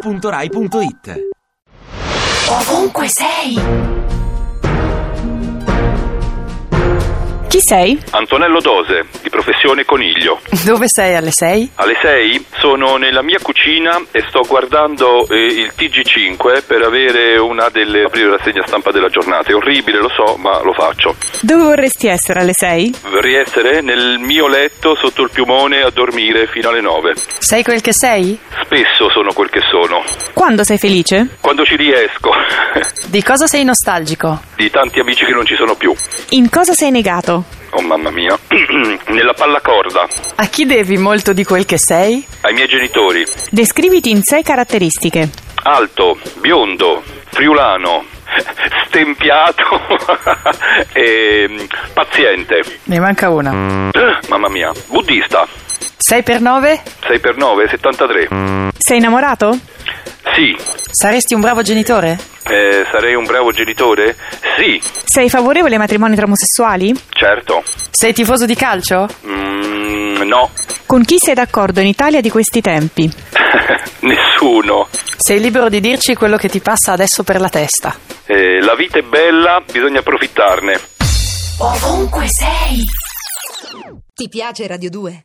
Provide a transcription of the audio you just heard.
radio2pod.rai.it Ovunque sei! Chi sei? Antonello Dose, di professione coniglio. Dove sei alle 6? Alle 6 sono nella mia cucina e sto guardando eh, il TG5 per avere una delle aprire la rassegna stampa della giornata. È orribile, lo so, ma lo faccio. Dove vorresti essere alle 6? Vorrei essere nel mio letto sotto il piumone a dormire fino alle 9. Sei quel che sei? Spesso sono quel che sono. Quando sei felice? Quando ci riesco, Di cosa sei nostalgico? di tanti amici che non ci sono più. In cosa sei negato? Oh mamma mia. nella pallacorda, A chi devi molto di quel che sei? ai miei genitori. Descriviti in sei caratteristiche. alto, biondo, friulano, stempiato e mm, paziente. Ne manca una. Mamma mia, buddista, 6 per 9? 6 per 9, 73. Sei innamorato? Sì, Saresti un bravo genitore? eh, sarei un bravo genitore? Sì, Sei favorevole ai matrimoni tra omosessuali? certo. Sei tifoso di calcio? Mm, no, Con chi sei d'accordo in Italia di questi tempi? nessuno. Sei libero di dirci quello che ti passa adesso per la testa. Eh, la vita è bella, bisogna approfittarne. Ovunque sei! Ti piace Radio 2?